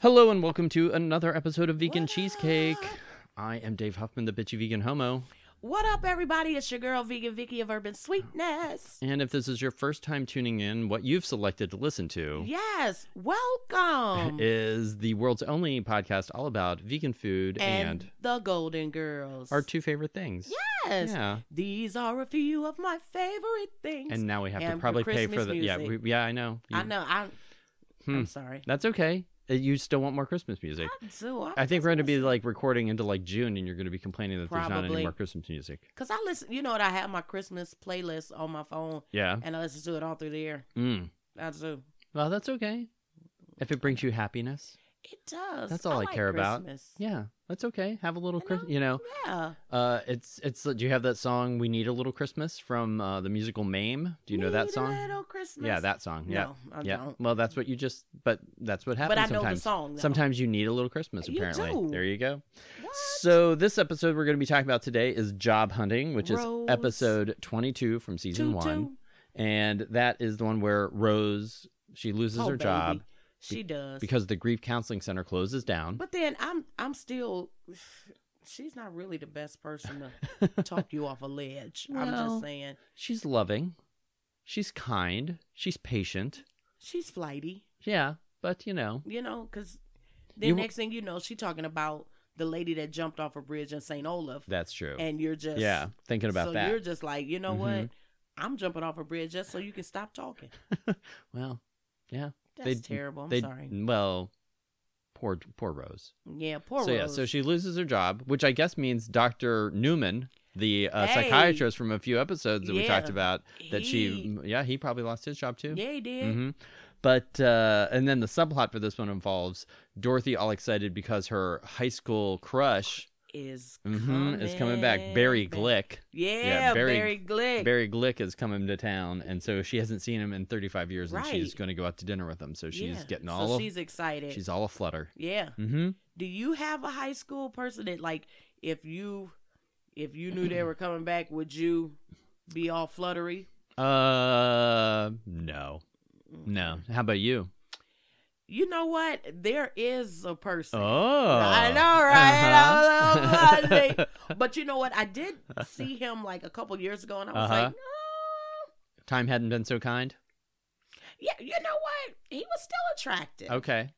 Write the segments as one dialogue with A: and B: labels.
A: Hello and welcome to another episode of Vegan Cheesecake. I am Dave Huffman, the bitchy vegan homo.
B: What up, everybody? It's your girl, Vegan Vicky of Urban Sweetness.
A: And if this is your first time tuning in, what you've selected to listen to
B: Yes,
A: Oh.
B: welcome.
A: is the world's only podcast all about vegan food and,
B: the Golden Girls.
A: our two favorite things.
B: yes.
A: Yeah.
B: These are a few of my favorite things.
A: And now we have to
B: And for
A: probably pay for
B: Christmas
A: the yeah
B: music.
A: we, yeah I know
B: I
A: You-
B: know. I,
A: Hmm.
B: I'm sorry.
A: that's okay. Uh, You still want more Christmas music?
B: So
A: I think we're going to be like recording into like June, and you're going to be complaining that there's not any
B: Probably.
A: more Christmas music.
B: because I listen. You know what? I have my Christmas playlist on my phone,
A: Yeah.
B: and I listen to it all through the year.
A: Mm.
B: I do.
A: Well, that's okay. If it brings you happiness.
B: It does.
A: That's all I
B: like
A: care about.
B: Christmas.
A: Yeah, that's okay. Have a little,
B: You
A: Chris-
B: know?
A: you know.
B: Yeah.
A: Uh, it's it's. Do you have that song "We Need a Little Christmas" from uh, the musical Mame? Do you know that
B: Need a
A: song?
B: Little Christmas.
A: Yeah, that song. Yeah,
B: No, I
A: yeah.
B: don't.
A: Well, that's what you just. But that's what happens
B: But I know
A: sometimes.
B: the song. Though.
A: Sometimes you need a little Christmas.
B: You
A: Apparently,
B: do.
A: there you go.
B: What?
A: So this episode we're going to be talking about today is job hunting, which
B: Rose.
A: is episode twenty-two from season
B: Toot,
A: one,
B: toot.
A: and that is the one where Rose she loses
B: Oh,
A: her
B: baby.
A: job
B: She does.
A: because the grief counseling center closes down.
B: But then I'm I'm still she's not really the best person to talk you off a ledge. I'm
A: Well.
B: just saying.
A: She's loving. She's kind. She's patient.
B: She's flighty,
A: Yeah, but you know,
B: you know, cuz then
A: You-
B: next thing you know, she talking about the lady that jumped off a bridge in St. Olaf
A: that's true.
B: and you're just
A: yeah, thinking about
B: so
A: that. Mm-hmm.
B: you're just like, you know what? I'm jumping off a bridge just so you can stop talking.
A: Well, yeah,
B: That's
A: They-
B: terrible. I'm
A: they
B: sorry.
A: well, poor poor Rose.
B: Yeah, poor
A: so
B: Rose.
A: yeah, so she loses her job, which I guess means Doctor Newman, the uh,
B: Hey.
A: psychiatrist from a few episodes that we talked
B: Yeah.
A: about, that
B: He-
A: she yeah he probably lost his job too.
B: Yeah, he did.
A: hmm But uh, and then the subplot for this one involves Dorothy all excited because her high school crush
B: Is
A: mhm, is coming back, Barry
B: back.
A: Glick.
B: Yeah,
A: Barry-
B: Barry, Glick.
A: Barry Glick is coming to town, and so she hasn't seen him in 35 years, and she's
B: Right.
A: going to go out to dinner with him. So she's
B: Yeah.
A: getting
B: So
A: all
B: she's
A: of,
B: excited.
A: she's all a flutter.
B: yeah.
A: Mm-hmm.
B: Do you have a high school person that like if you if you knew they were coming back, would you be all fluttery?
A: Uh, no, no. How about you?
B: You know what? There is a person.
A: Oh,
B: I know, right?
A: Uh-huh.
B: I know, buddy. but you know what? I did see him like a couple years ago, and I was
A: Uh-huh.
B: like, "Oh,
A: Time hadn't been so kind.
B: yeah, you know what? He was still attractive,
A: Okay.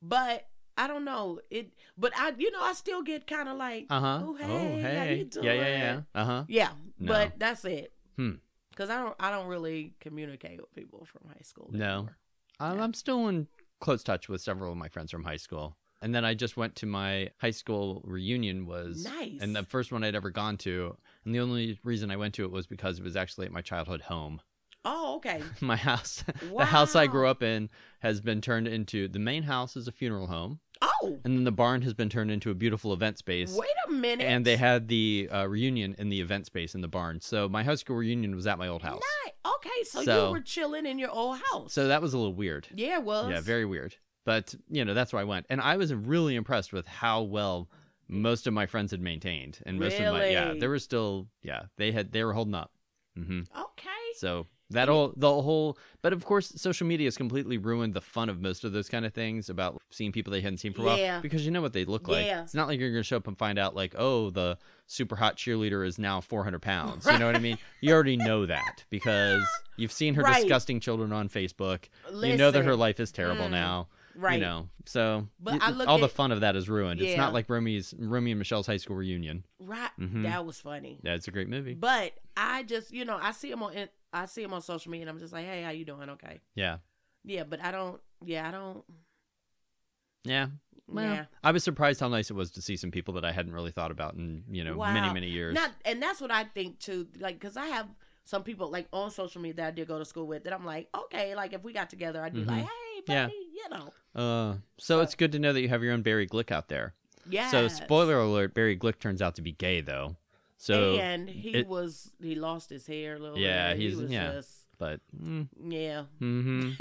B: but I don't know it. But I, you know, I still get kind of like,
A: Uh huh.
B: Oh, hey,
A: oh,
B: how
A: hey.
B: you
A: Yeah, yeah, yeah.
B: doing?
A: Uh huh.
B: Yeah,
A: No.
B: but that's it.
A: Hmm.
B: Because I don't, I don't really communicate with people from high school.
A: No.
B: anymore.
A: I'm, I'm still in close touch with several of my friends from high school. And then I just went to my high school reunion was
B: Nice.
A: and the first one I'd ever gone to. And the only reason I went to it was because it was actually at my childhood home.
B: Oh, okay.
A: My house, the house I grew
B: Wow.
A: up in has been turned into the main house is a funeral home
B: Oh,
A: and then the barn has been turned into a beautiful event space.
B: wait a minute.
A: And they had the uh, reunion in the event space in the barn. So my high school reunion was at my old house.
B: Nice. Okay, so,
A: So-
B: you were chilling in your old house.
A: So that was a little weird.
B: yeah, it was
A: Yeah, very weird. But you know, that's where I went, and I was really impressed with how well most of my friends had maintained, and most of my yeah,
B: Really?
A: there were still yeah, they had they were holding up. hmm
B: okay.
A: So that all the whole, but of course, social media has completely ruined the fun of most of those kind of things about seeing people they hadn't seen for a while
B: Yeah.
A: because you know what they look like.
B: Yeah.
A: It's not like you're gonna show up and find out like, oh, the super hot cheerleader is now 400 pounds. You know what I mean? You already know that because you've seen her
B: Right.
A: disgusting children on Facebook you know that her
B: Listen,
A: life is terrible
B: Mm,
A: now.
B: right?
A: You know, so
B: But
A: y-
B: I looked
A: all the
B: at-
A: fun of that is ruined. It's
B: Yeah.
A: not like Romy's Romy and Michelle's high school reunion.
B: Right.
A: Mhm.
B: That was funny.
A: Yeah, it's a great movie.
B: But I just, you know, I see him on, in- I see him on social media, and I'm just like, hey, how you doing? Okay.
A: Yeah,
B: Yeah, but I don't. Yeah, I don't.
A: yeah. Well,
B: yeah.
A: I was surprised how nice it was to see some people that I hadn't really thought about in you know many
B: Wow.
A: many years.
B: Not, and that's what I think too. Like, cause I have some people like on social media that I did go to school with that I'm like, okay, like if we got together, I'd be
A: Mhm.
B: like, hey, buddy,
A: Yeah.
B: you know,
A: uh, so, it's good to know that you have your own Barry Glick out there.
B: yeah.
A: So spoiler alert: Barry Glick turns out to be gay though. So,
B: and he
A: it-
B: was he lost his hair a little.
A: Yeah,
B: bit. He
A: he's-
B: was
A: yeah.
B: Just,
A: but mm,
B: yeah.
A: hmm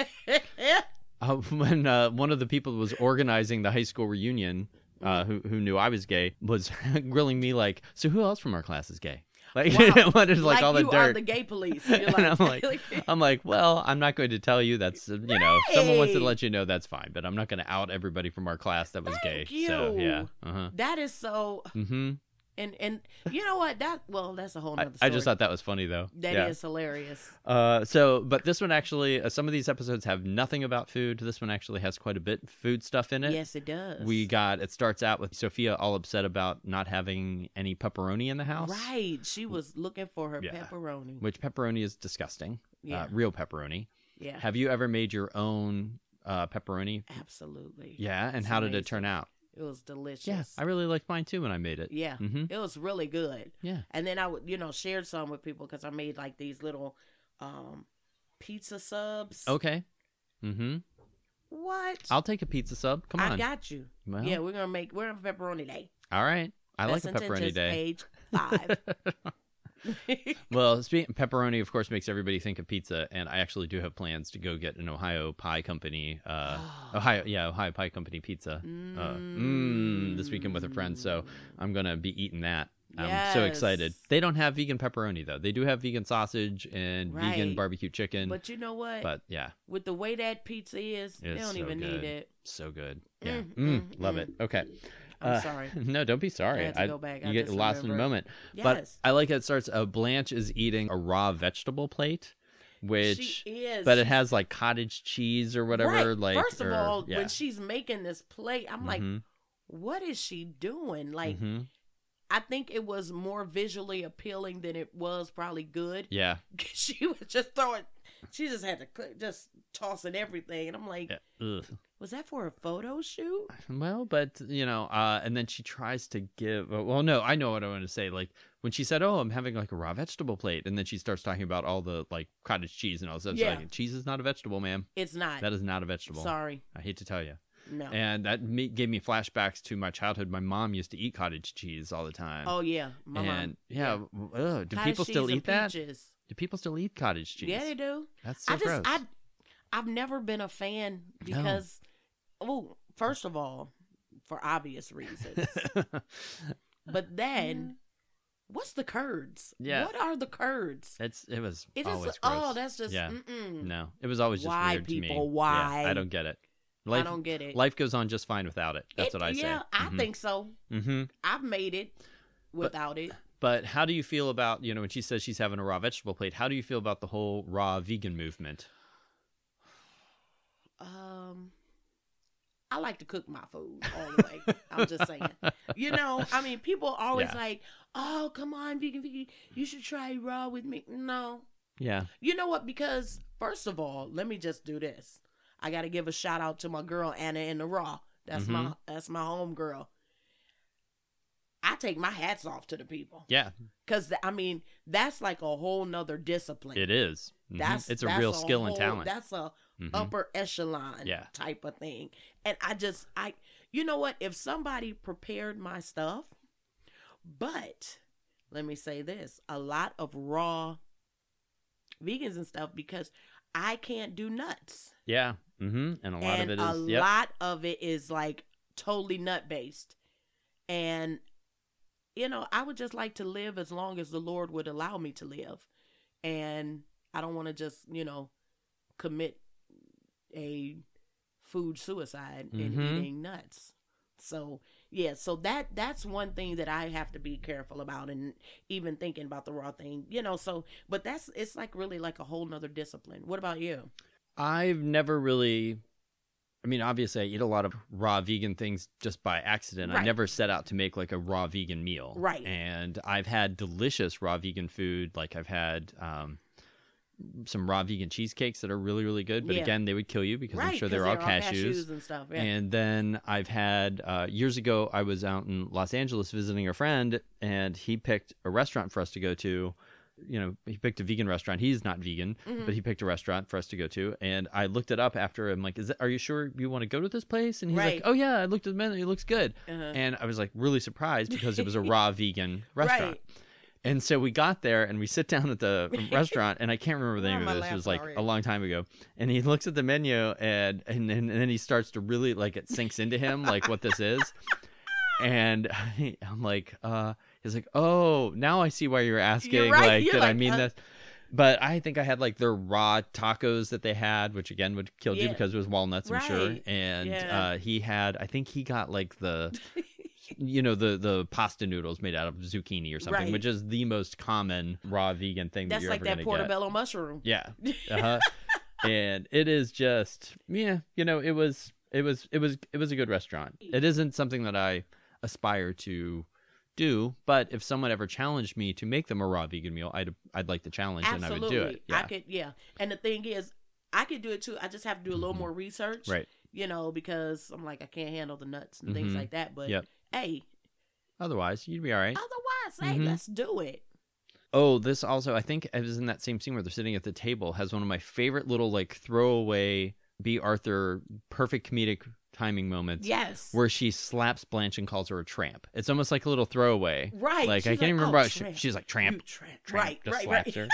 A: uh, when uh, one of the people who was organizing the high school reunion, uh, who who knew I was gay, was grilling me like, "So who else from our class is gay?" Like,
B: Wow.
A: there's like, all the
B: you are
A: dirt.
B: the gay police. You're
A: And I'm like,
B: like
A: I'm like, well, I'm not going to tell you. That's uh, you know, if someone wants to
B: Right.
A: let you know, that's fine. But I'm not going to out everybody from our class that was
B: Thank
A: gay. So
B: you.
A: yeah, uh huh.
B: that is so.
A: Mm-hmm.
B: And and you know what? That well, that's a whole
A: I,
B: nother.
A: I
B: Story.
A: just thought that was funny though.
B: That is
A: yeah.
B: hilarious.
A: Uh, so, but this one actually, uh, some of these episodes have nothing about food. This one actually has quite a bit food stuff in it.
B: yes, it does.
A: We got it starts out with Sophia all upset about not having any pepperoni in the house.
B: right. She was looking for her
A: Yeah.
B: pepperoni.
A: Which pepperoni is disgusting.
B: yeah,
A: Uh, real pepperoni.
B: yeah,
A: Have you ever made your own uh, pepperoni?
B: absolutely.
A: Yeah. And
B: It's
A: how did it turn
B: amazing.
A: out?
B: it was delicious.
A: Yeah, I really liked mine too when I made it.
B: yeah,
A: Mm-hmm.
B: it was really good.
A: Yeah.
B: and then I would you know shared some with people because I made like these little um pizza subs.
A: Okay. Mm-hmm.
B: What?
A: I'll take a pizza sub. Come on.
B: I got you.
A: Well,
B: yeah, we're gonna make we're on pepperoni day.
A: All right. I like
B: Best
A: a pepperoni
B: intentions,
A: day.
B: Page five.
A: Well, speaking pepperoni, of course, makes everybody think of pizza, and I actually do have plans to go get an Ohio Pie Company, uh,
B: Oh.
A: Ohio, yeah, Ohio Pie Company pizza. uh, mm, this weekend with a friend, so I'm gonna be eating that. I'm so excited.
B: Mm. Yes.
A: They don't have vegan pepperoni though. They do have vegan sausage and vegan
B: Right.
A: barbecue chicken, but,
B: But you know what?
A: yeah,
B: with the way that pizza is, they
A: It's
B: don't
A: so
B: even
A: good.
B: need it.
A: so good. Yeah,
B: Mm,
A: Mm,
B: mm,
A: love
B: mm.
A: it. Okay,
B: I'm
A: Uh,
B: sorry.
A: no, don't be sorry.
B: I had to
A: I-
B: go back.
A: you
B: I
A: get
B: just
A: lost in a
B: remembered.
A: moment.
B: Yes.
A: But I like how it starts. Uh, Blanche is eating a raw vegetable plate, which.
B: she is.
A: but it
B: She's-
A: has like cottage cheese or whatever.
B: Right.
A: Like
B: First of
A: or-
B: all,
A: yeah.
B: when she's making this plate, I'm like,
A: Mhm,
B: what is she doing? Like,
A: mhm.
B: I think it was more visually appealing than it was probably good.
A: yeah,
B: she was just throwing. She just had to cl- just tossing everything, and I'm like,
A: yeah. Ugh.
B: was that for a photo shoot?
A: Well, but you know, uh, and then she tries to give. oh, Well, no, I know what I want to say. Like when she said, "Oh, I'm having like a raw vegetable plate," and then she starts talking about all the like cottage cheese and all this. stuff. It's
B: Yeah.
A: like, cheese is not a vegetable, ma'am.
B: It's not.
A: That is not a vegetable.
B: Sorry,
A: I hate to tell you.
B: no.
A: And that me- gave me flashbacks to my childhood. My mom used to eat cottage cheese all the time.
B: oh yeah, my
A: and
B: mom.
A: yeah, w- ugh, do people
B: Cottage
A: still
B: cheese and
A: eat that?
B: peaches.
A: Do people still eat cottage cheese?
B: Yeah, they do.
A: That's so
B: I just
A: gross.
B: I I've never been a fan because oh, first of all, for obvious reasons. but then what's the curds?
A: Yeah.
B: What are the curds?
A: It's it was
B: It
A: always
B: just
A: gross.
B: oh, that's just
A: Yeah.
B: mm-mm.
A: no. It was always just
B: Why,
A: weird to me.
B: people?
A: Yeah,
B: Why?
A: I don't get it.
B: I
A: Life
B: don't get it.
A: life goes on just fine without it. That's
B: It-
A: what I say.
B: Yeah, I
A: Mhm.
B: think so.
A: Mhm.
B: I've made it without it.
A: But how do you feel about you know when she says she's having a raw vegetable plate? How do you feel about the whole raw vegan movement?
B: Um I like to cook my food all the way. I'm just saying. You know, I mean, people always
A: Yeah.
B: like, "Oh, come on, vegan, vegan, you should try raw with me." No,
A: Yeah.
B: You know what? Because first of all, let me just do this. I gotta give a shout out to my girl Anna in the Raw. That's
A: Mm-hmm.
B: my that's my home girl. I take my hats off to the people
A: Yeah,
B: because I mean that's like a whole nother discipline.
A: it is. Mhm.
B: That's
A: it's a
B: that's
A: real skill and
B: whole-
A: talent.
B: That's oh. a
A: Mhm.
B: upper echelon
A: Yeah.
B: type of thing. And I just I you know what? If somebody prepared my stuff, but let me say this, a lot of raw vegans and stuff because I can't do nuts.
A: Yeah. hmm And a lot
B: and
A: of it
B: a
A: is yep.
B: lot of it is like totally nut based. And you know, I would just like to live as long as the Lord would allow me to live. And I don't want to just, you know, commit a food suicide and
A: Mhm.
B: eating nuts. So, yeah, so that that's one thing that I have to be careful about and even thinking about the raw thing, you know, so but that's it's like really like a whole nother discipline. What about you?
A: I've never really. I mean, obviously, I eat a lot of raw vegan things just by accident. I
B: Right.
A: never set out to make like a raw vegan meal.
B: Right.
A: And I've had delicious raw vegan food. Like I've had um, some raw vegan cheesecakes that are really, really good. But
B: Yeah.
A: again, they would kill you because I'm sure
B: 'cause
A: they're, all cashews.
B: and stuff. Yeah.
A: And then I've had uh, years ago, I was out in Los Angeles visiting a friend, and he picked a restaurant for us to go to. You know, he picked a vegan restaurant. He's not vegan,
B: Mhm.
A: but he picked a restaurant for us to go to. And I looked it up after. I'm like, "Is that, are you sure you want to go to this place?" And he's
B: Right.
A: like, "Oh yeah, I looked at the menu. It looks good."
B: Uh-huh.
A: And I was like really surprised because it was a raw vegan restaurant.
B: Right.
A: And so we got there and we sit down at the restaurant and I can't remember the
B: Why
A: name
B: am
A: of
B: I
A: this. It was like
B: laughing
A: a
B: already?
A: long time ago. And he looks at the menu and and then, and then he starts to really like it sinks into him like what this is. And I, I'm like, uh, He's like, oh, now I see why you're asking.
B: right.
A: Like,
B: You're
A: did I
B: like,
A: mean
B: uh,
A: this? But I think I had like their raw tacos that they had, which again would kill you
B: Yeah.
A: because it was walnuts, I'm sure.
B: Right.
A: And
B: Yeah.
A: uh, he had, I think he got like the, you know, the the pasta noodles made out of zucchini or something,
B: Right.
A: which is the most common raw vegan thing that
B: That's
A: you're
B: like
A: ever
B: that
A: gonna get.
B: portobello mushroom.
A: Yeah. Uh-huh. and it is just yeah, you know, it was it was it was it was a good restaurant. It isn't something that I aspire to do, but if someone ever challenged me to make them a raw vegan meal, I'd I'd like the challenge and I would
B: Absolutely.
A: do it. Yeah.
B: could yeah. And the thing is, I could do it too. I just have to do a little
A: Mhm.
B: more research.
A: Right.
B: You know, because I'm like I can't handle the nuts and things
A: Mhm.
B: like that. But
A: Yep.
B: hey,
A: Otherwise, you'd be all right.
B: otherwise, hey,
A: Mhm.
B: let's do it.
A: Oh, this also I think it was in that same scene where they're sitting at the table has one of my favorite little like throwaway B Arthur perfect comedic timing moments
B: Yes.
A: where she slaps Blanche and calls her a tramp. It's almost like a little throwaway.
B: right.
A: like
B: She's
A: I can't even remember.
B: "Oh,
A: how she-
B: tramp,
A: she's like
B: you
A: tramp,
B: tramp."
A: tramp
B: Right.
A: just
B: right.
A: slapped
B: Right.
A: her.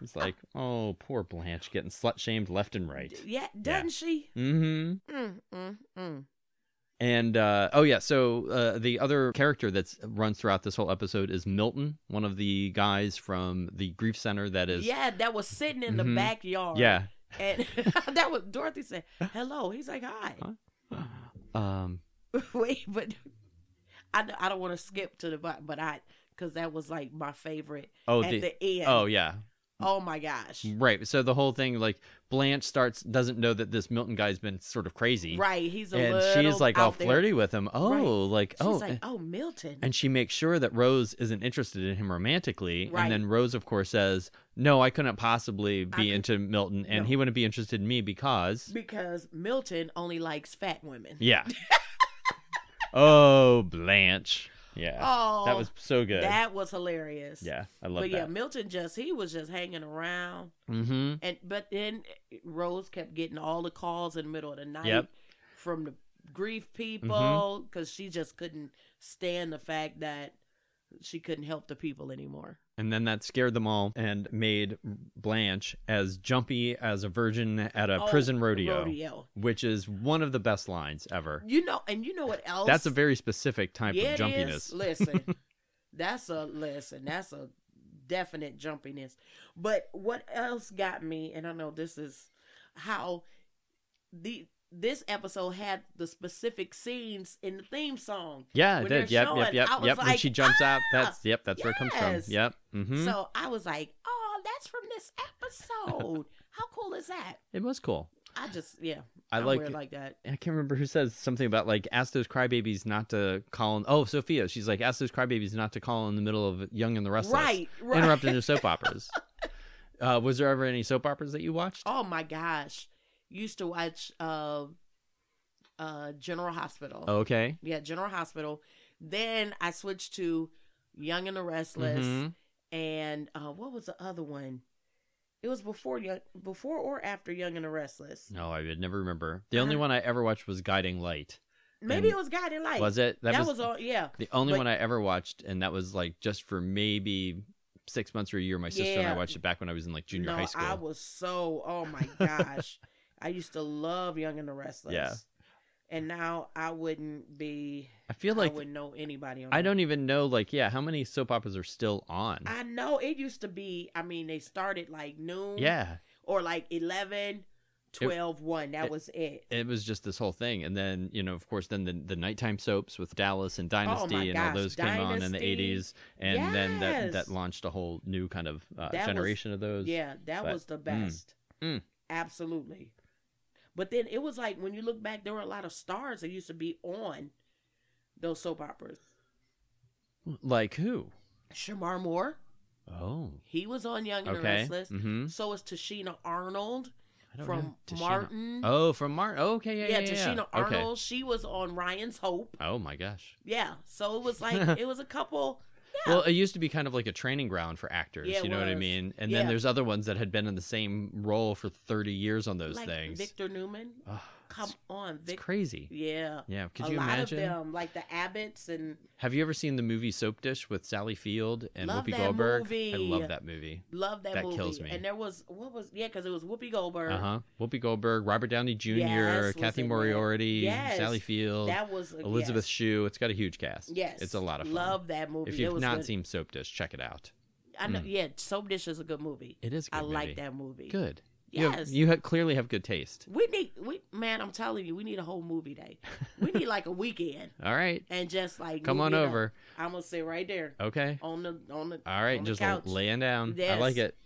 A: It's like, oh, poor Blanche, getting slut shamed left and right.
B: Yeah. Doesn't she?
A: Mm-hmm.
B: Mm, mm, mm.
A: And uh, oh yeah, so uh, the other character that runs throughout this whole episode is Milton, one of the guys from the grief center that is.
B: Yeah, that was sitting in
A: Mhm.
B: the backyard.
A: Yeah.
B: And that was Dorothy said, "Hello." He's like, "Hi."
A: Huh? Um.
B: Wait, but I don't- I don't want to skip to the but, but I because that was like my favorite
A: Oh.
B: at
A: The,
B: the end.
A: oh yeah.
B: Oh my gosh.
A: Right. So the whole thing, like Blanche starts doesn't know that this Milton guy's been sort of crazy.
B: Right, he's a
A: And
B: little
A: she's like all
B: out there.
A: flirty with him. Oh, like
B: She's
A: oh,
B: like, "Oh, Milton."
A: and she makes sure that Rose isn't interested in him romantically.
B: Right.
A: And then Rose, of course, says, No, I couldn't possibly be
B: could-
A: into Milton, and
B: No.
A: he wouldn't be interested in me because.
B: because Milton only likes fat women.
A: Yeah. oh, Blanche. Yeah.
B: Oh,
A: that was so good.
B: that was hilarious.
A: Yeah, I love
B: But yeah,
A: that.
B: Milton just he was just hanging around,
A: Mm-hmm.
B: and but then Rose kept getting all the calls in the middle of the night
A: Yep. Mm-hmm.
B: from the grief people because she just couldn't stand the fact that she couldn't help the people anymore.
A: And then that scared them all and made Blanche as jumpy as a virgin at a
B: Oh,
A: prison rodeo,
B: rodeo.
A: which is one of the best lines ever.
B: You know, and you know what else?
A: That's a very specific type
B: yeah,
A: of
B: it
A: jumpiness.
B: is. Listen, that's a listen. That's a definite jumpiness. But what else got me? And I know this is how the this episode had the specific scenes in the theme song.
A: Yeah, it
B: when
A: did.
B: they're
A: Yep, yep,
B: showing,
A: yep,
B: I was
A: yep. when
B: like, "Ah,
A: she jumps out, that's yep, that's where it comes
B: yes.
A: from. Yep. hmm
B: So I was like, oh, that's from this episode. how cool is that?
A: it was cool.
B: I just yeah,
A: I
B: I'm
A: like.
B: weird like that.
A: I can't remember who says something about like ask those crybabies not to call. In, oh, Sophia. She's like ask those crybabies not to call in the middle of Young and the Restless.
B: Right, right.
A: Interrupting their soap operas. uh, was there ever any soap operas that you watched?
B: Oh my gosh, used to watch uh, uh, General Hospital.
A: Okay.
B: Yeah, General Hospital. Then I switched to Young and the Restless,
A: Mhm.
B: and uh, what was the other one? It was before Young, before or after Young and the Restless.
A: No, I would never remember. The
B: I
A: only
B: don't-
A: one I ever watched was Guiding Light.
B: Maybe
A: And
B: it was Guiding Light.
A: Was it?
B: That, was, all. Yeah,
A: the only
B: but-
A: one I ever watched, and that was like just for maybe six months or a year. My sister and I
B: Yeah.
A: watched it back when I was in like junior
B: no,
A: high school.
B: I was so. Oh my gosh, I used to love Young and the Restless.
A: Yeah.
B: And now I wouldn't be.
A: I feel
B: I
A: like
B: wouldn't know anybody. on
A: I
B: that.
A: don't even know, like, yeah, how many soap operas are still on?
B: I know it used to be. I mean, they started like noon.
A: yeah,
B: Or like 11, 12, 1. That
A: it-
B: was it.
A: it was just this whole thing, and then you know, of course, then the, the nighttime soaps with Dallas and Dynasty and all
B: Oh gosh,
A: those came on in the
B: Dynasty.
A: eighties, and then that
B: Yes.
A: that launched a whole new kind of uh,
B: That was-
A: generation of those.
B: Yeah, that
A: but-
B: was the
A: mm,
B: best.
A: mm.
B: Absolutely. But then it was like when you look back, there were a lot of stars that used to be on those soap operas.
A: Like who?
B: Shamar Moore,
A: Oh,
B: he was on Young and the
A: okay.
B: Restless.
A: Mm-hmm.
B: So was Tashina Arnold
A: I don't
B: from
A: know. Tashina-
B: Martin.
A: Oh, from Martin. Oh, okay, yeah, yeah,
B: yeah,
A: yeah,
B: Tashina
A: yeah.
B: Arnold.
A: Okay.
B: She was on Ryan's Hope.
A: Oh my gosh.
B: Yeah. So it was like it was a couple. Yeah.
A: Well, it used to be kind of like a training ground for actors.
B: Yeah, it
A: you know what I
B: was.
A: mean? And
B: Yeah.
A: then there's other ones that had been in the same role for 30 years on those
B: like
A: things.
B: Victor Newman.
A: Ugh.
B: come on, Vic.
A: It's crazy.
B: Yeah.
A: Yeah. Could
B: a
A: you
B: lot
A: imagine?
B: of them, like the Abbotts and
A: Have you ever seen the movie Soap Dish with Sally Field and
B: Love
A: Whoopi
B: that
A: Goldberg? I
B: movie.
A: love that movie.
B: love that,
A: That
B: movie.
A: kills me.
B: And there was what was yeah, because it was Whoopi Goldberg.
A: Uh huh. Whoopi Goldberg, Robert Downey Jr.,
B: Yes, was
A: Kathy
B: in that.
A: Moriarty,
B: Yes,
A: Sally Field,
B: That was
A: Elizabeth
B: yes.
A: Shue. It's got a huge cast.
B: Yes,
A: It's a lot of fun.
B: Love that movie.
A: if
B: It
A: you've
B: was
A: not
B: good.
A: seen Soap Dish, check it out.
B: I know.
A: Mm.
B: Yeah, Soap Dish is a good movie.
A: It is a good.
B: I like
A: movie.
B: that movie.
A: Good. You, have,
B: Yes.
A: you ha- clearly have good taste.
B: we need we man. I'm telling you, we need a whole movie day. we need like a weekend
A: All right.
B: and just like
A: Come on
B: movie it up.
A: over.
B: I'm gonna sit right there
A: Okay.
B: on the on the.
A: All right.
B: on the
A: Just
B: couch.
A: laying down. I
B: Yes.
A: like it.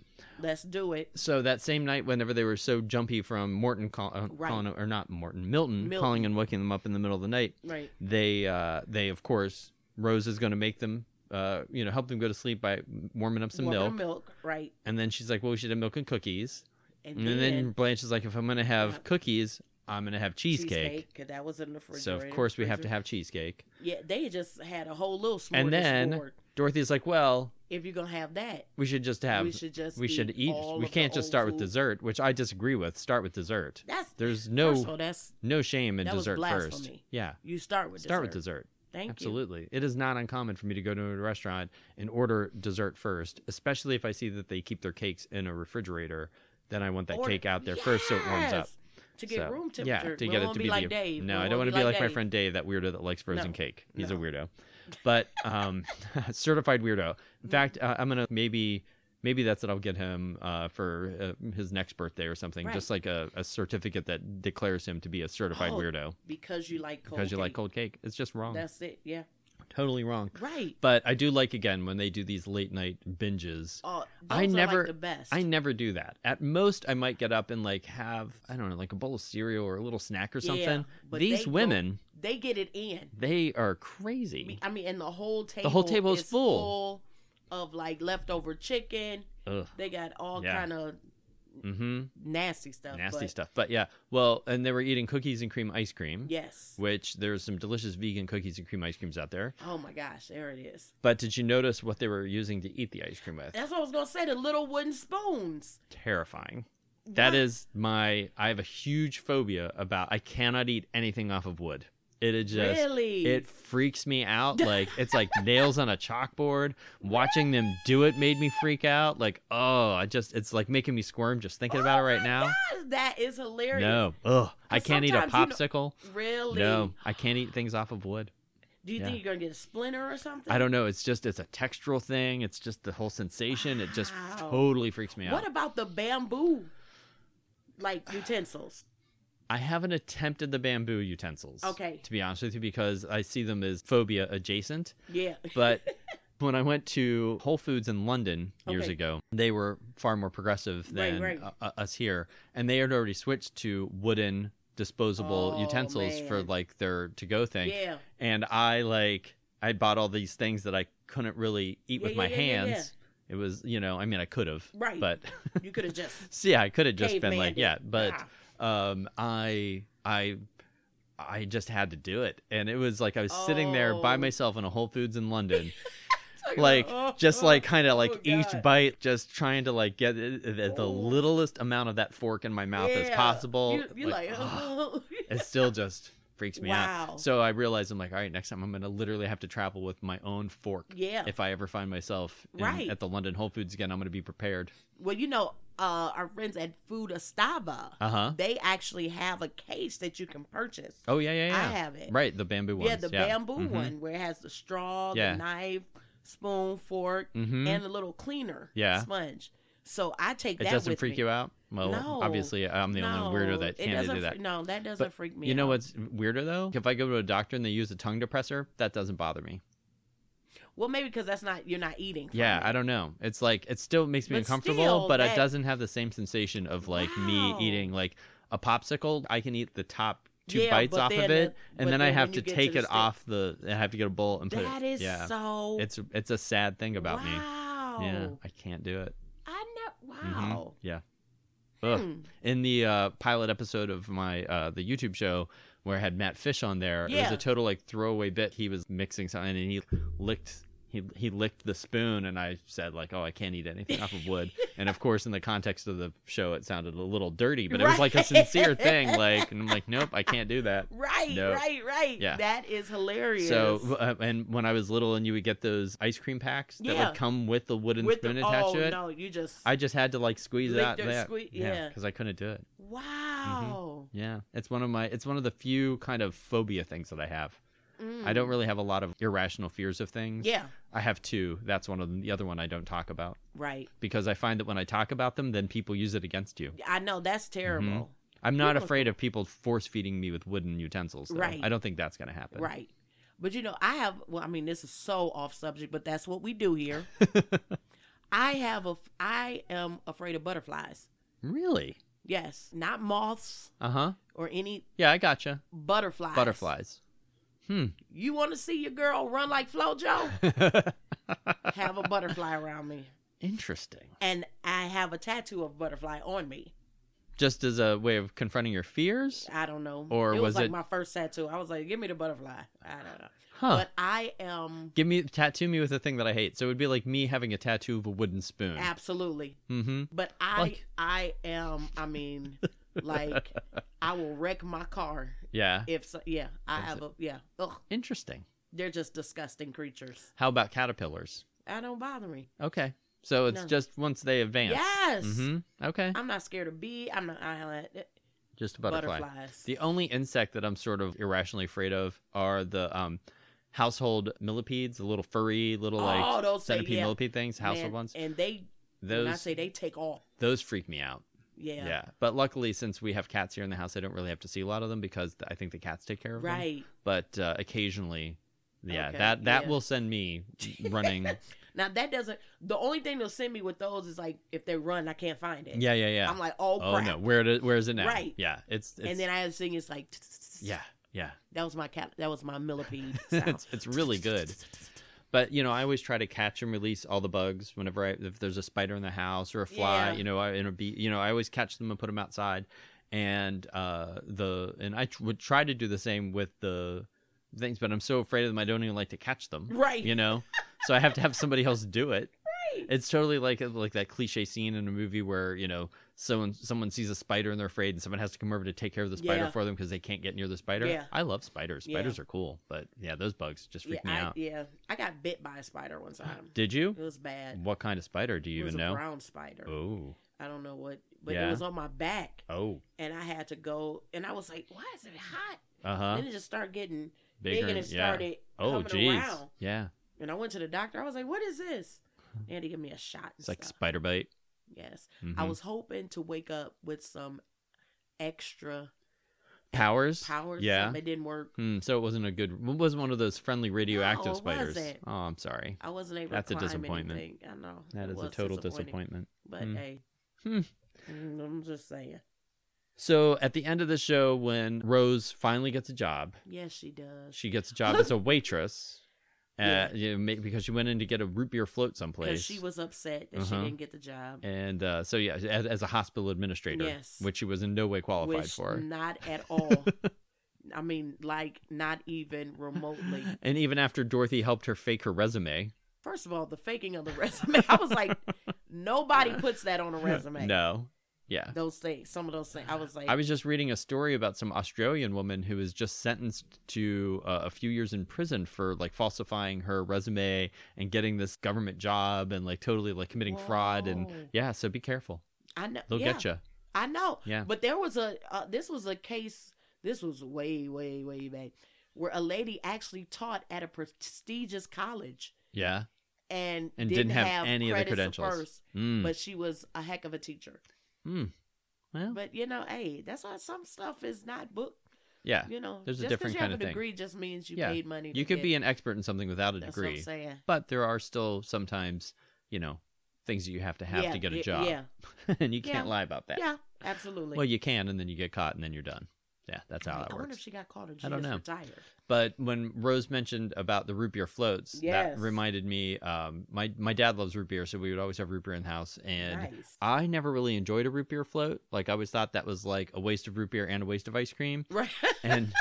B: Let's do it.
A: So that same night, whenever they were so jumpy from Morton call, uh,
B: Right.
A: calling, or not Morton, Milton,
B: Milton.
A: calling and waking them up in the middle of the night,
B: Right.
A: they uh, they of course Rose is going to make them, uh, you know, help them go to sleep by warming up some
B: Warm the
A: milk,
B: milk. Right.
A: and then she's like, "Well, we should have milk and cookies," and, then Blanche is like, "If I'm going to have
B: Yeah.
A: cookies, I'm going to have cheesecake."
B: 'cause that was in the
A: So
B: refrigerator.
A: of course we have to
B: freezer.
A: have cheesecake.
B: Yeah, they just had a whole little smorgasbord.
A: And then- Dorothy's like, "Well,
B: if you're gonna have that,
A: we should just have
B: we should just
A: we should eat.
B: all
A: We
B: of the
A: can't just
B: old
A: start with
B: food.
A: dessert, which I disagree with. Start with dessert.
B: That's
A: There's no
B: First of all, that's
A: no shame in
B: That was
A: dessert first.
B: blasphemy.
A: Yeah.
B: you start with
A: Start
B: dessert.
A: with dessert.
B: Thank
A: Absolutely. It is not uncommon for me to go to a restaurant and order dessert first, especially if I see that they keep their cakes in a refrigerator. Then I want
B: you.
A: that cake out there first so it warms up.
B: Yes! To get
A: So,
B: room temperature.
A: Yeah, to
B: We
A: get it
B: won't
A: to
B: be,
A: be,
B: like
A: the-
B: Dave.
A: No, I don't want to be like, my friend Dave, that weirdo that likes frozen
B: No.
A: cake. He's
B: No.
A: a weirdo, but um, certified weirdo.
B: Mm-hmm.
A: In fact, uh, I'm gonna maybe maybe that's what I'll get him uh, for uh, his next birthday or something.
B: Right.
A: Just like a, a certificate that declares him to be a certified
B: Oh,
A: weirdo
B: Because you like cold.
A: because you like
B: cake.
A: cold cake. It's just wrong.
B: That's it. Yeah.
A: totally wrong.
B: Right.
A: But I do like again when they do these late night binges.
B: Oh,
A: I
B: those are, like,
A: never-
B: the best.
A: I never do that. At most, I might get up and like have I don't know, like a bowl of cereal or a little snack or
B: Yeah,
A: something.
B: but they
A: These
B: go-
A: women,
B: they get it in.
A: they are crazy.
B: I mean, and the whole table.
A: whole table is full.
B: full of like leftover chicken.
A: Ugh.
B: They got all
A: Yeah.
B: kind of
A: Mm-hmm.
B: nasty stuff.
A: Nasty
B: but
A: stuff. But yeah, well, and they were eating cookies and cream ice cream.
B: Yes.
A: Which there's some delicious vegan cookies and cream ice creams out there.
B: Oh my gosh, there it is.
A: But did you notice what they were using to eat the ice cream with?
B: That's what I was gonna say. The little wooden spoons.
A: Terrifying. That
B: What?
A: is my. I have a huge phobia about. I cannot eat anything off of wood. It is just.
B: really.
A: It freaks me out. Like it's like nails on a chalkboard. Watching them do it made me freak out. Like oh, I just it's like making me squirm just thinking about it right now.
B: that is hilarious.
A: No, ugh, I
B: 'Cause
A: can't eat a
B: sometimes
A: popsicle.
B: Really.
A: No, I can't eat things off of wood.
B: Do you
A: Yeah.
B: think you're gonna get a splinter or something?
A: I don't know. It's just it's a textural thing. It's just the whole sensation. It just
B: Wow.
A: totally freaks me out.
B: What about the bamboo, like utensils?
A: I haven't attempted the bamboo utensils.
B: Okay.
A: To be honest with you, because I see them as phobia adjacent.
B: Yeah.
A: But when I went to Whole Foods in London years
B: Okay.
A: ago, they were far more progressive
B: Right,
A: than
B: right.
A: uh, uh, us here, and they had already switched to wooden disposable
B: Oh,
A: utensils for
B: man.
A: like their to-go thing.
B: Yeah.
A: and I like I bought all these things that I couldn't really eat
B: Yeah,
A: with
B: yeah,
A: my
B: yeah, yeah,
A: hands. It was, you know, I mean, I could have,
B: Right.
A: But
B: You could have just.
A: see, I could have just been
B: caveman
A: like,
B: it.
A: yeah, but
B: Ah,
A: um, I, I, I just had to do it, and it was like I was sitting there by
B: Oh.
A: myself in a Whole Foods in London,
B: it's
A: like
B: oh,
A: just
B: oh.
A: like kind of like
B: oh, God.
A: each bite, just trying to like get it- the, the
B: Oh.
A: littlest amount of that fork in my mouth as
B: Yeah.
A: possible.
B: You, you're like,
A: ugh,
B: oh.
A: it still just freaks me out.
B: wow.
A: So I realized I'm like, all right, next time I'm gonna literally have to travel with my own fork.
B: yeah.
A: If I ever find myself in,
B: Right.
A: at the London Whole Foods again, I'm gonna be prepared.
B: well, you know, uh, our friends at Food Astaba,
A: Uh huh.
B: they actually have a case that you can purchase.
A: Oh yeah, yeah,
B: I
A: yeah.
B: have it.
A: Right, the bamboo ones.
B: Yeah, the bamboo
A: Mhm.
B: one where it has the straw,
A: Yeah.
B: the knife, spoon, fork,
A: Mhm.
B: and the little cleaner
A: Yeah.
B: sponge. So I take
A: it
B: that
A: doesn't
B: with
A: freak
B: me.
A: you out. Well,
B: No.
A: obviously, I'm the only weirdo that
B: it
A: can't
B: doesn't
A: do that.
B: fre- No, that doesn't
A: But
B: freak me.
A: you know
B: out.
A: what's weirder though? If I go to a doctor and they use a tongue depressor, that doesn't bother me.
B: Well, maybe because that's not you're not eating. from
A: Yeah,
B: it.
A: I don't know. It's like it still makes me
B: But
A: uncomfortable,
B: still,
A: but
B: that-
A: it doesn't have the same sensation of like me
B: Wow.
A: eating like a popsicle. I can eat the top two
B: Yeah,
A: bites
B: but
A: off
B: then
A: of
B: the-
A: it,
B: but
A: and then I
B: then
A: have
B: when
A: to
B: you get to
A: take
B: the
A: it
B: stick-
A: off the. I have to get a bowl and put
B: That
A: it.
B: is
A: yeah,
B: so.
A: it's it's a sad thing about me.
B: wow.
A: Yeah, I can't do it.
B: I know.
A: Mhm.
B: Wow.
A: Yeah. Ugh.
B: Hmm.
A: In the uh, pilot episode of my uh, the YouTube show where I had Matt Fish on there, it was
B: Yeah.
A: a total like throwaway bit. He was mixing something and he licked he he licked the spoon and I said like, "Oh, I can't eat anything off of wood." and of course, in the context of the show, it sounded a little dirty, but it was like a
B: Right.
A: sincere thing. Like, and I'm like, "Nope, I can't do that."
B: Right,
A: No.
B: right, right.
A: Yeah.
B: That is hilarious.
A: So, uh, and when I was little, and you would get those ice cream packs that
B: Yeah.
A: would come with the wooden
B: with
A: spoon
B: the,
A: attached
B: oh,
A: to it.
B: no, you just
A: I just had to like squeeze it
B: Lick
A: out
B: their
A: there,
B: squeeze- yeah.
A: because I couldn't do it.
B: wow.
A: Yeah, it's one of my it's one of the few kind of phobia things that I have. Mm-hmm. I
B: Mm.
A: don't really have a lot of irrational fears of things.
B: Yeah,
A: I have two. That's one of them. The other one I don't talk about
B: right.
A: because I find that when I talk about them, then people use it against you.
B: I know that's
A: Mm-hmm.
B: terrible.
A: I'm not
B: People-
A: afraid of people force feeding me with wooden utensils. though.
B: Right.
A: I don't think that's going to happen.
B: Right. But you know, I have, well, I mean, this is so off subject, but that's what we do here. I have a, f- I am afraid of butterflies.
A: Really?
B: Yes. Not moths
A: Uh huh.
B: or any
A: Yeah, I gotcha.
B: butterflies.
A: Butterflies.
B: You want to see your girl run like FloJo? have a butterfly around me.
A: Interesting.
B: And I have a tattoo of butterfly on me.
A: Just as a way of confronting your fears?
B: I don't know.
A: Or
B: it was,
A: was
B: like
A: it-
B: my first tattoo. I was like, give me the butterfly. I don't know.
A: Huh.
B: But I am
A: Give me tattoo me with a thing that I hate. So it would be like me having a tattoo of a wooden spoon.
B: absolutely.
A: mm-hmm.
B: But I
A: Like-
B: I am I mean like I will wreck my car
A: Yeah.
B: if so, yeah, I
A: That's
B: have a yeah. Ugh,
A: Interesting.
B: they're just disgusting creatures.
A: How about caterpillars?
B: I don't bother me.
A: Okay. So it's
B: No.
A: just once they advance.
B: Yes.
A: hmm Okay.
B: I'm not scared of bee. I'm not I like
A: Just a butterfly.
B: butterflies.
A: The only insect that I'm sort of irrationally afraid of are the um, household millipedes, the little furry, little like
B: Oh, those thing,
A: centipede
B: yeah.
A: millipede things, household
B: Man,
A: ones.
B: And they when I
A: Those
B: say they take off.
A: those freak me out. Yeah.
B: Yeah.
A: But luckily, since we have cats here in the house, I don't really have to see a lot of them because I think the cats take care of them.
B: Right.
A: But uh, occasionally, yeah,
B: Okay,
A: that that
B: yeah.
A: will send me running.
B: Now that doesn't the only thing they'll send me with those is like if they run, I can't find it.
A: yeah, yeah, yeah.
B: I'm like, oh
A: oh
B: crap.
A: no, where do, where is it now?
B: Right.
A: Yeah, it's, it's
B: and then I was singing it's like
A: yeah, yeah.
B: That was my cat. That was my millipede. sound.
A: it's, it's really good. But you know, I always try to catch and release all the bugs whenever I if there's a spider in the house or a fly,
B: Yeah.
A: you know, I, and a bee, you know, I always catch them and put them outside. And uh, the and I tr- would try to do the same with the things, but I'm so afraid of them, I don't even like to catch them.
B: Right.
A: You know, so I have to have somebody else do it.
B: Right.
A: It's totally like like that cliche scene in a movie where you know someone someone sees a spider and they're afraid, and someone has to come over to take care of the spider
B: Yeah.
A: for them because they can't get near the spider.
B: Yeah.
A: I love spiders.
B: Yeah.
A: Spiders are cool, but yeah, those bugs just
B: yeah,
A: freak me
B: I,
A: out.
B: yeah. I got bit by a spider one time.
A: Did you?
B: It was bad.
A: What kind of spider do
B: it
A: you
B: was
A: even
B: a
A: know?
B: brown spider.
A: Oh,
B: I don't know what, but
A: Yeah.
B: it was on my back,
A: oh,
B: and I had to go. And I was like, "Why is it hot?"
A: uh huh.
B: Then it just started getting big,
A: Bigger,
B: and it
A: yeah.
B: started
A: Oh,
B: coming
A: geez,
B: around.
A: yeah.
B: And I went to the doctor. I was like, "What is this?" They had to give me a shot. And
A: It's like
B: stuff.
A: spider bite.
B: yes. I
A: Mhm.
B: was hoping to wake up with some extra
A: powers.
B: powers.
A: Yeah.
B: something. it didn't work.
A: Hmm, so it wasn't a good. It wasn't one of those friendly radioactive
B: No, it
A: spiders.
B: wasn't.
A: Oh, I'm sorry.
B: I wasn't able.
A: That's
B: to
A: a
B: climb
A: disappointment.
B: Anything. I know
A: That
B: it
A: is a
B: was
A: total
B: disappointing.
A: disappointment.
B: But
A: Mm.
B: hey,
A: Hmm.
B: Mm, I'm just saying.
A: So at the end of the show, when Rose finally gets a job,
B: Yes, she does.
A: she gets a job as a waitress.
B: Yeah.
A: Uh, you know, ma- because she went in to get a root beer float someplace.
B: Because she was upset that
A: Uh-huh.
B: she didn't get the job.
A: and uh, so yeah, as, as a hospital administrator,
B: Yes.
A: which she was in no way qualified
B: which
A: for.
B: Not at all. I mean, like, not even remotely.
A: And even after Dorothy helped her fake her resume,
B: First of all, the faking of the resume. I was like, nobody puts that on a resume.
A: no, yeah.
B: Those things, some of those things. I was like,
A: I was just reading a story about some Australian woman who was just sentenced to uh, a few years in prison for like falsifying her resume and getting this government job and like totally like committing fraud and
B: Whoa.
A: yeah. So be careful,
B: I know.
A: they'll
B: yeah,
A: get you.
B: I know.
A: Yeah.
B: But there was a, uh, this was a case, this was way, way, way back, where a lady actually taught at a prestigious college
A: Yeah,
B: and,
A: and didn't, have, any of the
B: credits
A: credentials.
B: first,
A: Mm.
B: but she was a heck of a teacher.
A: Mm. Well,
B: But you know, hey, that's why some stuff is not booked.
A: yeah,
B: You know,
A: There's a
B: just 'cause
A: different
B: you
A: kind of
B: have a
A: thing.
B: degree just means you
A: Yeah.
B: paid money.
A: you could be an expert in something without a
B: that's What
A: degree,
B: I'm saying.
A: but there are still sometimes you know things that you have to have
B: Yeah,
A: to get
B: y-
A: a job,
B: Yeah,
A: and you can't
B: Yeah.
A: lie about that.
B: yeah, absolutely.
A: Well, you can, and then you get caught, and then you're done. Yeah, that's
B: I,
A: how
B: mean,
A: that
B: I wonder
A: works.
B: if she got called or she
A: I don't
B: just
A: know.
B: retired.
A: But when Rose mentioned about the root beer floats,
B: Yes.
A: that reminded me. Um, my my dad loves root beer, so we would always have root beer in the house, and
B: nice.
A: I never really enjoyed a root beer float. Like I always thought that was like a waste of root beer and a waste of ice cream,
B: Right.
A: and.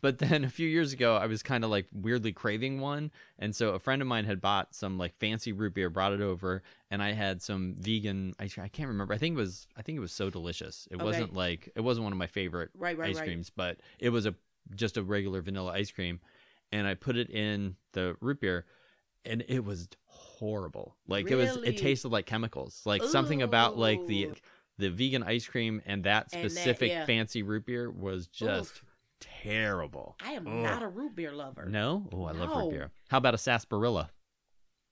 A: But then a few years ago, I was kind of like weirdly craving one. And so a friend of mine had bought some like fancy root beer, brought it over, and I had some vegan. I, I can't remember. I think it was. I think it was so delicious. It
B: Okay.
A: wasn't like it wasn't one of my favorite
B: Right, right,
A: ice
B: right.
A: creams, but it was a just a regular vanilla ice cream, and I put it in the root beer, and it was horrible. Like it was,
B: Really?
A: it tasted like chemicals. Like something about like the
B: Ooh.
A: the vegan ice cream and that
B: And that,
A: specific
B: yeah.
A: fancy root beer was just
B: Oof.
A: terrible.
B: I am
A: Ugh.
B: not a root beer lover.
A: No, oh, I love
B: No.
A: root beer. How about a sarsaparilla?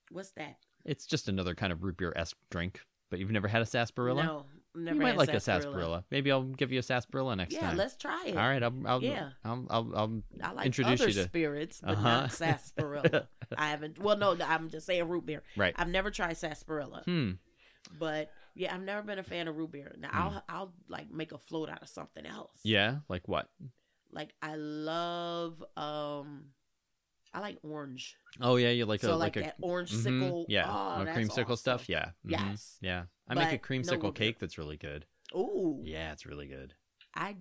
B: What's that?
A: It's just another kind of root beer esque drink. But you've never had a sarsaparilla?
B: No, never.
A: you might
B: had
A: like a sarsaparilla. Maybe I'll give you a sarsaparilla next
B: Yeah,
A: time.
B: let's try it.
A: All right, I'll, I'll,
B: Yeah.
A: I'll, I'll, um, I'll
B: I like
A: introduce
B: other
A: you to-
B: spirits, but
A: Uh-huh.
B: not sarsaparilla. I haven't. Well, no, I'm just saying root beer.
A: right.
B: I've never tried sarsaparilla,
A: Hmm.
B: but yeah, I've never been a fan of root beer. Now I'll I'll like make a float out of something else.
A: Yeah. Like what?
B: like I love um, I like orange.
A: Oh yeah, you like
B: so
A: a
B: like,
A: like, a
B: that orange
A: mhm,
B: sickle.
A: Yeah.
B: oh,
A: uh,
B: that's
A: creamsicle
B: awesome.
A: stuff. Yeah. mhm,
B: Yes.
A: Yeah. I make a
B: But no
A: creamsicle
B: root beer.
A: cake that's really good.
B: Ooh.
A: Yeah, it's really good.
B: I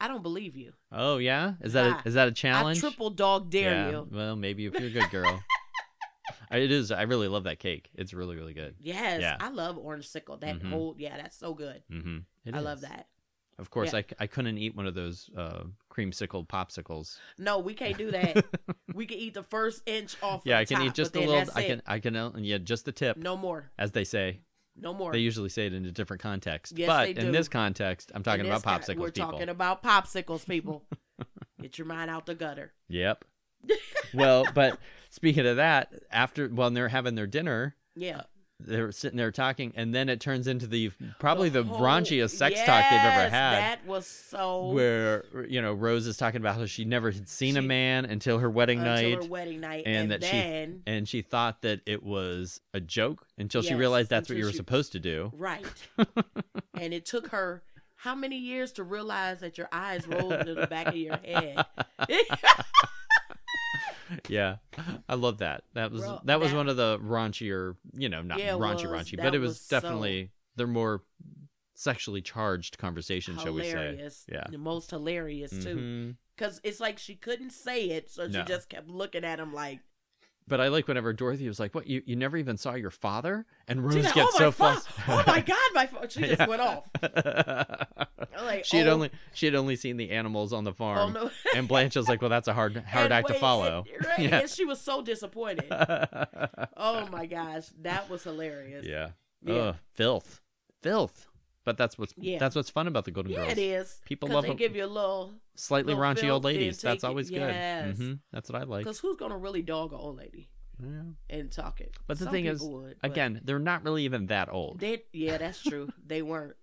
B: I don't believe you.
A: Oh yeah, is that
B: Ah,
A: a, is that a challenge?
B: I triple dog dare
A: yeah.
B: you.
A: Well, maybe if you're a good girl. I- it is. I really love that cake. It's really really good.
B: Yes,
A: Yeah.
B: I love orange sickle. That
A: Mhm.
B: whole yeah, that's so good.
A: Mm-hmm.
B: I love that.
A: Of course,
B: Yeah.
A: I, c- I couldn't eat one of those uh, creamsicle popsicles.
B: No, we can't do that. we can eat the first inch off.
A: Yeah,
B: of
A: I
B: the
A: can eat
B: top,
A: just a
B: but then
A: little.
B: that's
A: I
B: it.
A: can I can uh, yeah just the tip,
B: No more.
A: as they say.
B: No more.
A: They usually say it in a different context.
B: Yes,
A: but
B: they do.
A: in this context, I'm talking
B: In
A: about
B: this guy-
A: popsicles,
B: We're
A: people.
B: talking about popsicles, people. Get your mind out the gutter.
A: Yep. well, but speaking of that, after when they're having their dinner,
B: Yeah.
A: they're sitting there talking, and then it turns into the probably the,
B: whole-
A: raunchiest sex talk they've ever
B: Yes,
A: had.
B: That was so
A: Where you know Rose is talking about how she never had seen a
B: She-
A: man until her wedding
B: until
A: night,
B: her wedding night,
A: and
B: and,
A: that she-
B: then
A: and she thought that it was a joke until she
B: Yes,
A: realized that's what
B: until
A: you were
B: she-
A: supposed to do.
B: right, and it took her how many years to realize that your eyes rolled into the back of your head?
A: Yeah, I love that. That was
B: Bro,
A: that was
B: that-
A: one of the raunchier, you know, not
B: Yeah, it
A: raunchy,
B: was.
A: raunchy,
B: That
A: but it was,
B: was so-
A: definitely the more sexually charged conversation, shall we say?
B: hilarious,
A: Yeah.
B: the most hilarious too,
A: Mhm.
B: because it's like she couldn't say it, so
A: No.
B: she just kept looking at him like,
A: But I like whenever Dorothy was like, "What you you never even saw your father?" And Rose
B: she's like,
A: gets
B: "Oh
A: so
B: my fa-
A: flustered.
B: oh my god, my phone!" She just
A: Yeah.
B: went off. I'm Like,
A: she had
B: oh,
A: only she had only seen the animals on the
B: oh
A: farm,
B: no.
A: and Blanche was like, "Well, that's a hard hard
B: And
A: act to
B: wait,
A: follow."
B: and- right,
A: Yeah.
B: and she was so disappointed. Oh my gosh, that was hilarious.
A: yeah.
B: Yeah.
A: Ugh, filth, filth. But that's what's
B: Yeah.
A: that's what's fun about the Golden
B: Yeah,
A: Girls.
B: it is.
A: People
B: 'Cause
A: love
B: they
A: a-
B: give you a little.
A: Slightly
B: Little
A: raunchy
B: filth,
A: old
B: then
A: ladies. That's
B: take it-
A: always
B: yes.
A: good. hmm That's what I like.
B: Because who's gonna really dog an old lady
A: Yeah.
B: and talk it?
A: But the
B: Some
A: thing is,
B: people would, but
A: Again, they're not really even that old.
B: they yeah, that's true. they weren't.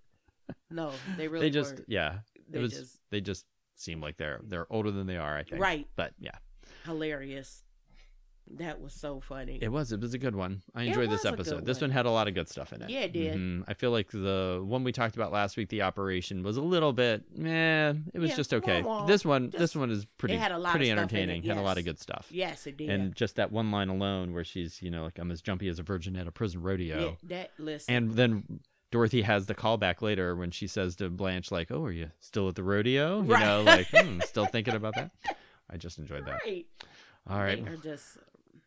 B: No, they really
A: they just
B: weren't.
A: yeah.
B: They
A: it was
B: just
A: they just seem like they're they're older than they are. I think.
B: right,
A: But yeah,
B: hilarious. That was so funny.
A: it was it was a good one. I
B: It
A: enjoyed this
B: was a good
A: episode. This
B: one.
A: one had a lot of good stuff in it.
B: Yeah, it did.
A: Mhm. I feel like the one we talked about last week, the operation, was a little bit man. It was
B: Yeah,
A: just okay.
B: wah-wah.
A: This one
B: Just-
A: this one is pretty
B: had a lot of
A: pretty
B: stuff in it,
A: entertaining. Had a lot of
B: yes.
A: good stuff.
B: yes, it did.
A: And just that one line alone, where she's you know like I'm as jumpy as a virgin at a prison rodeo.
B: Yeah, that listen.
A: And then Dorothy has the callback later when she says to Blanche, like, "Oh, are you still at the rodeo? You
B: Right.
A: know, like, hmm, still thinking about that." I just enjoyed that.
B: right.
A: All right,
B: They are just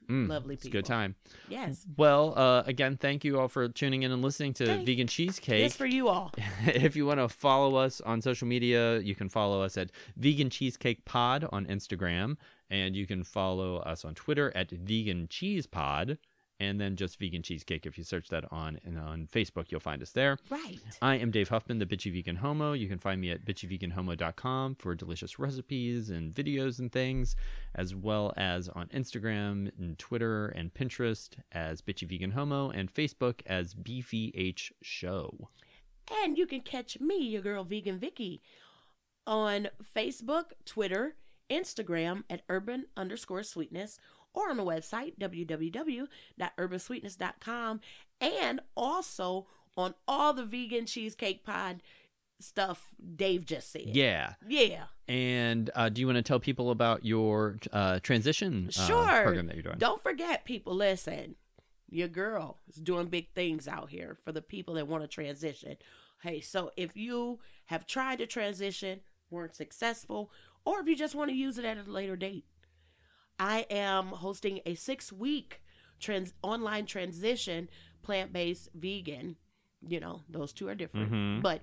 A: Mm,
B: lovely
A: it's a
B: people.
A: good time.
B: Yes.
A: Well, uh, again, thank you all for tuning in and listening to
B: Thank-
A: Vegan Cheesecake.
B: Yes for you all.
A: if you want to follow us on social media, you can follow us at Vegan Cheesecake Pod on Instagram, and you can follow us on Twitter at Vegan Cheese Pod, and then just Vegan Cheesecake. If you search that on and on Facebook, you'll find us there.
B: Right.
A: I am Dave Huffman, the Bitchy Vegan Homo. You can find me at bitchyveganhomo.com for delicious recipes and videos and things, as well as on Instagram and Twitter and Pinterest as Bitchy Vegan Homo and Facebook as BVH Show.
B: And you can catch me, your girl Vegan Vicky, on Facebook, Twitter, Instagram at urban underscore sweetness or on the website www.urbansweetness.com and also on all the vegan cheesecake pod stuff Dave just said.
A: Yeah.
B: Yeah.
A: And uh, do you want to tell people about your uh, transition uh,
B: Sure.
A: program that you're doing?
B: Don't forget, people, listen, your girl is doing big things out here for the people that want to transition. Hey, so if you have tried to transition, weren't successful, or if you just want to use it at a later date. I am hosting a six week trans- online transition plant based vegan. You know, those two are different,
A: Mhm.
B: but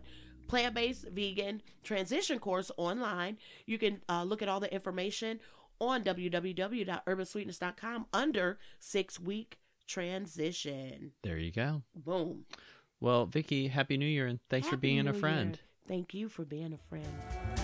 B: plant based vegan transition course online. You can uh, look at all the information on www.urbansweetness.com under six week transition.
A: There you go.
B: Boom.
A: Well, Vicky, happy new year and thanks for
B: Happy
A: being a
B: New
A: friend.
B: Year. Thank you for being a friend.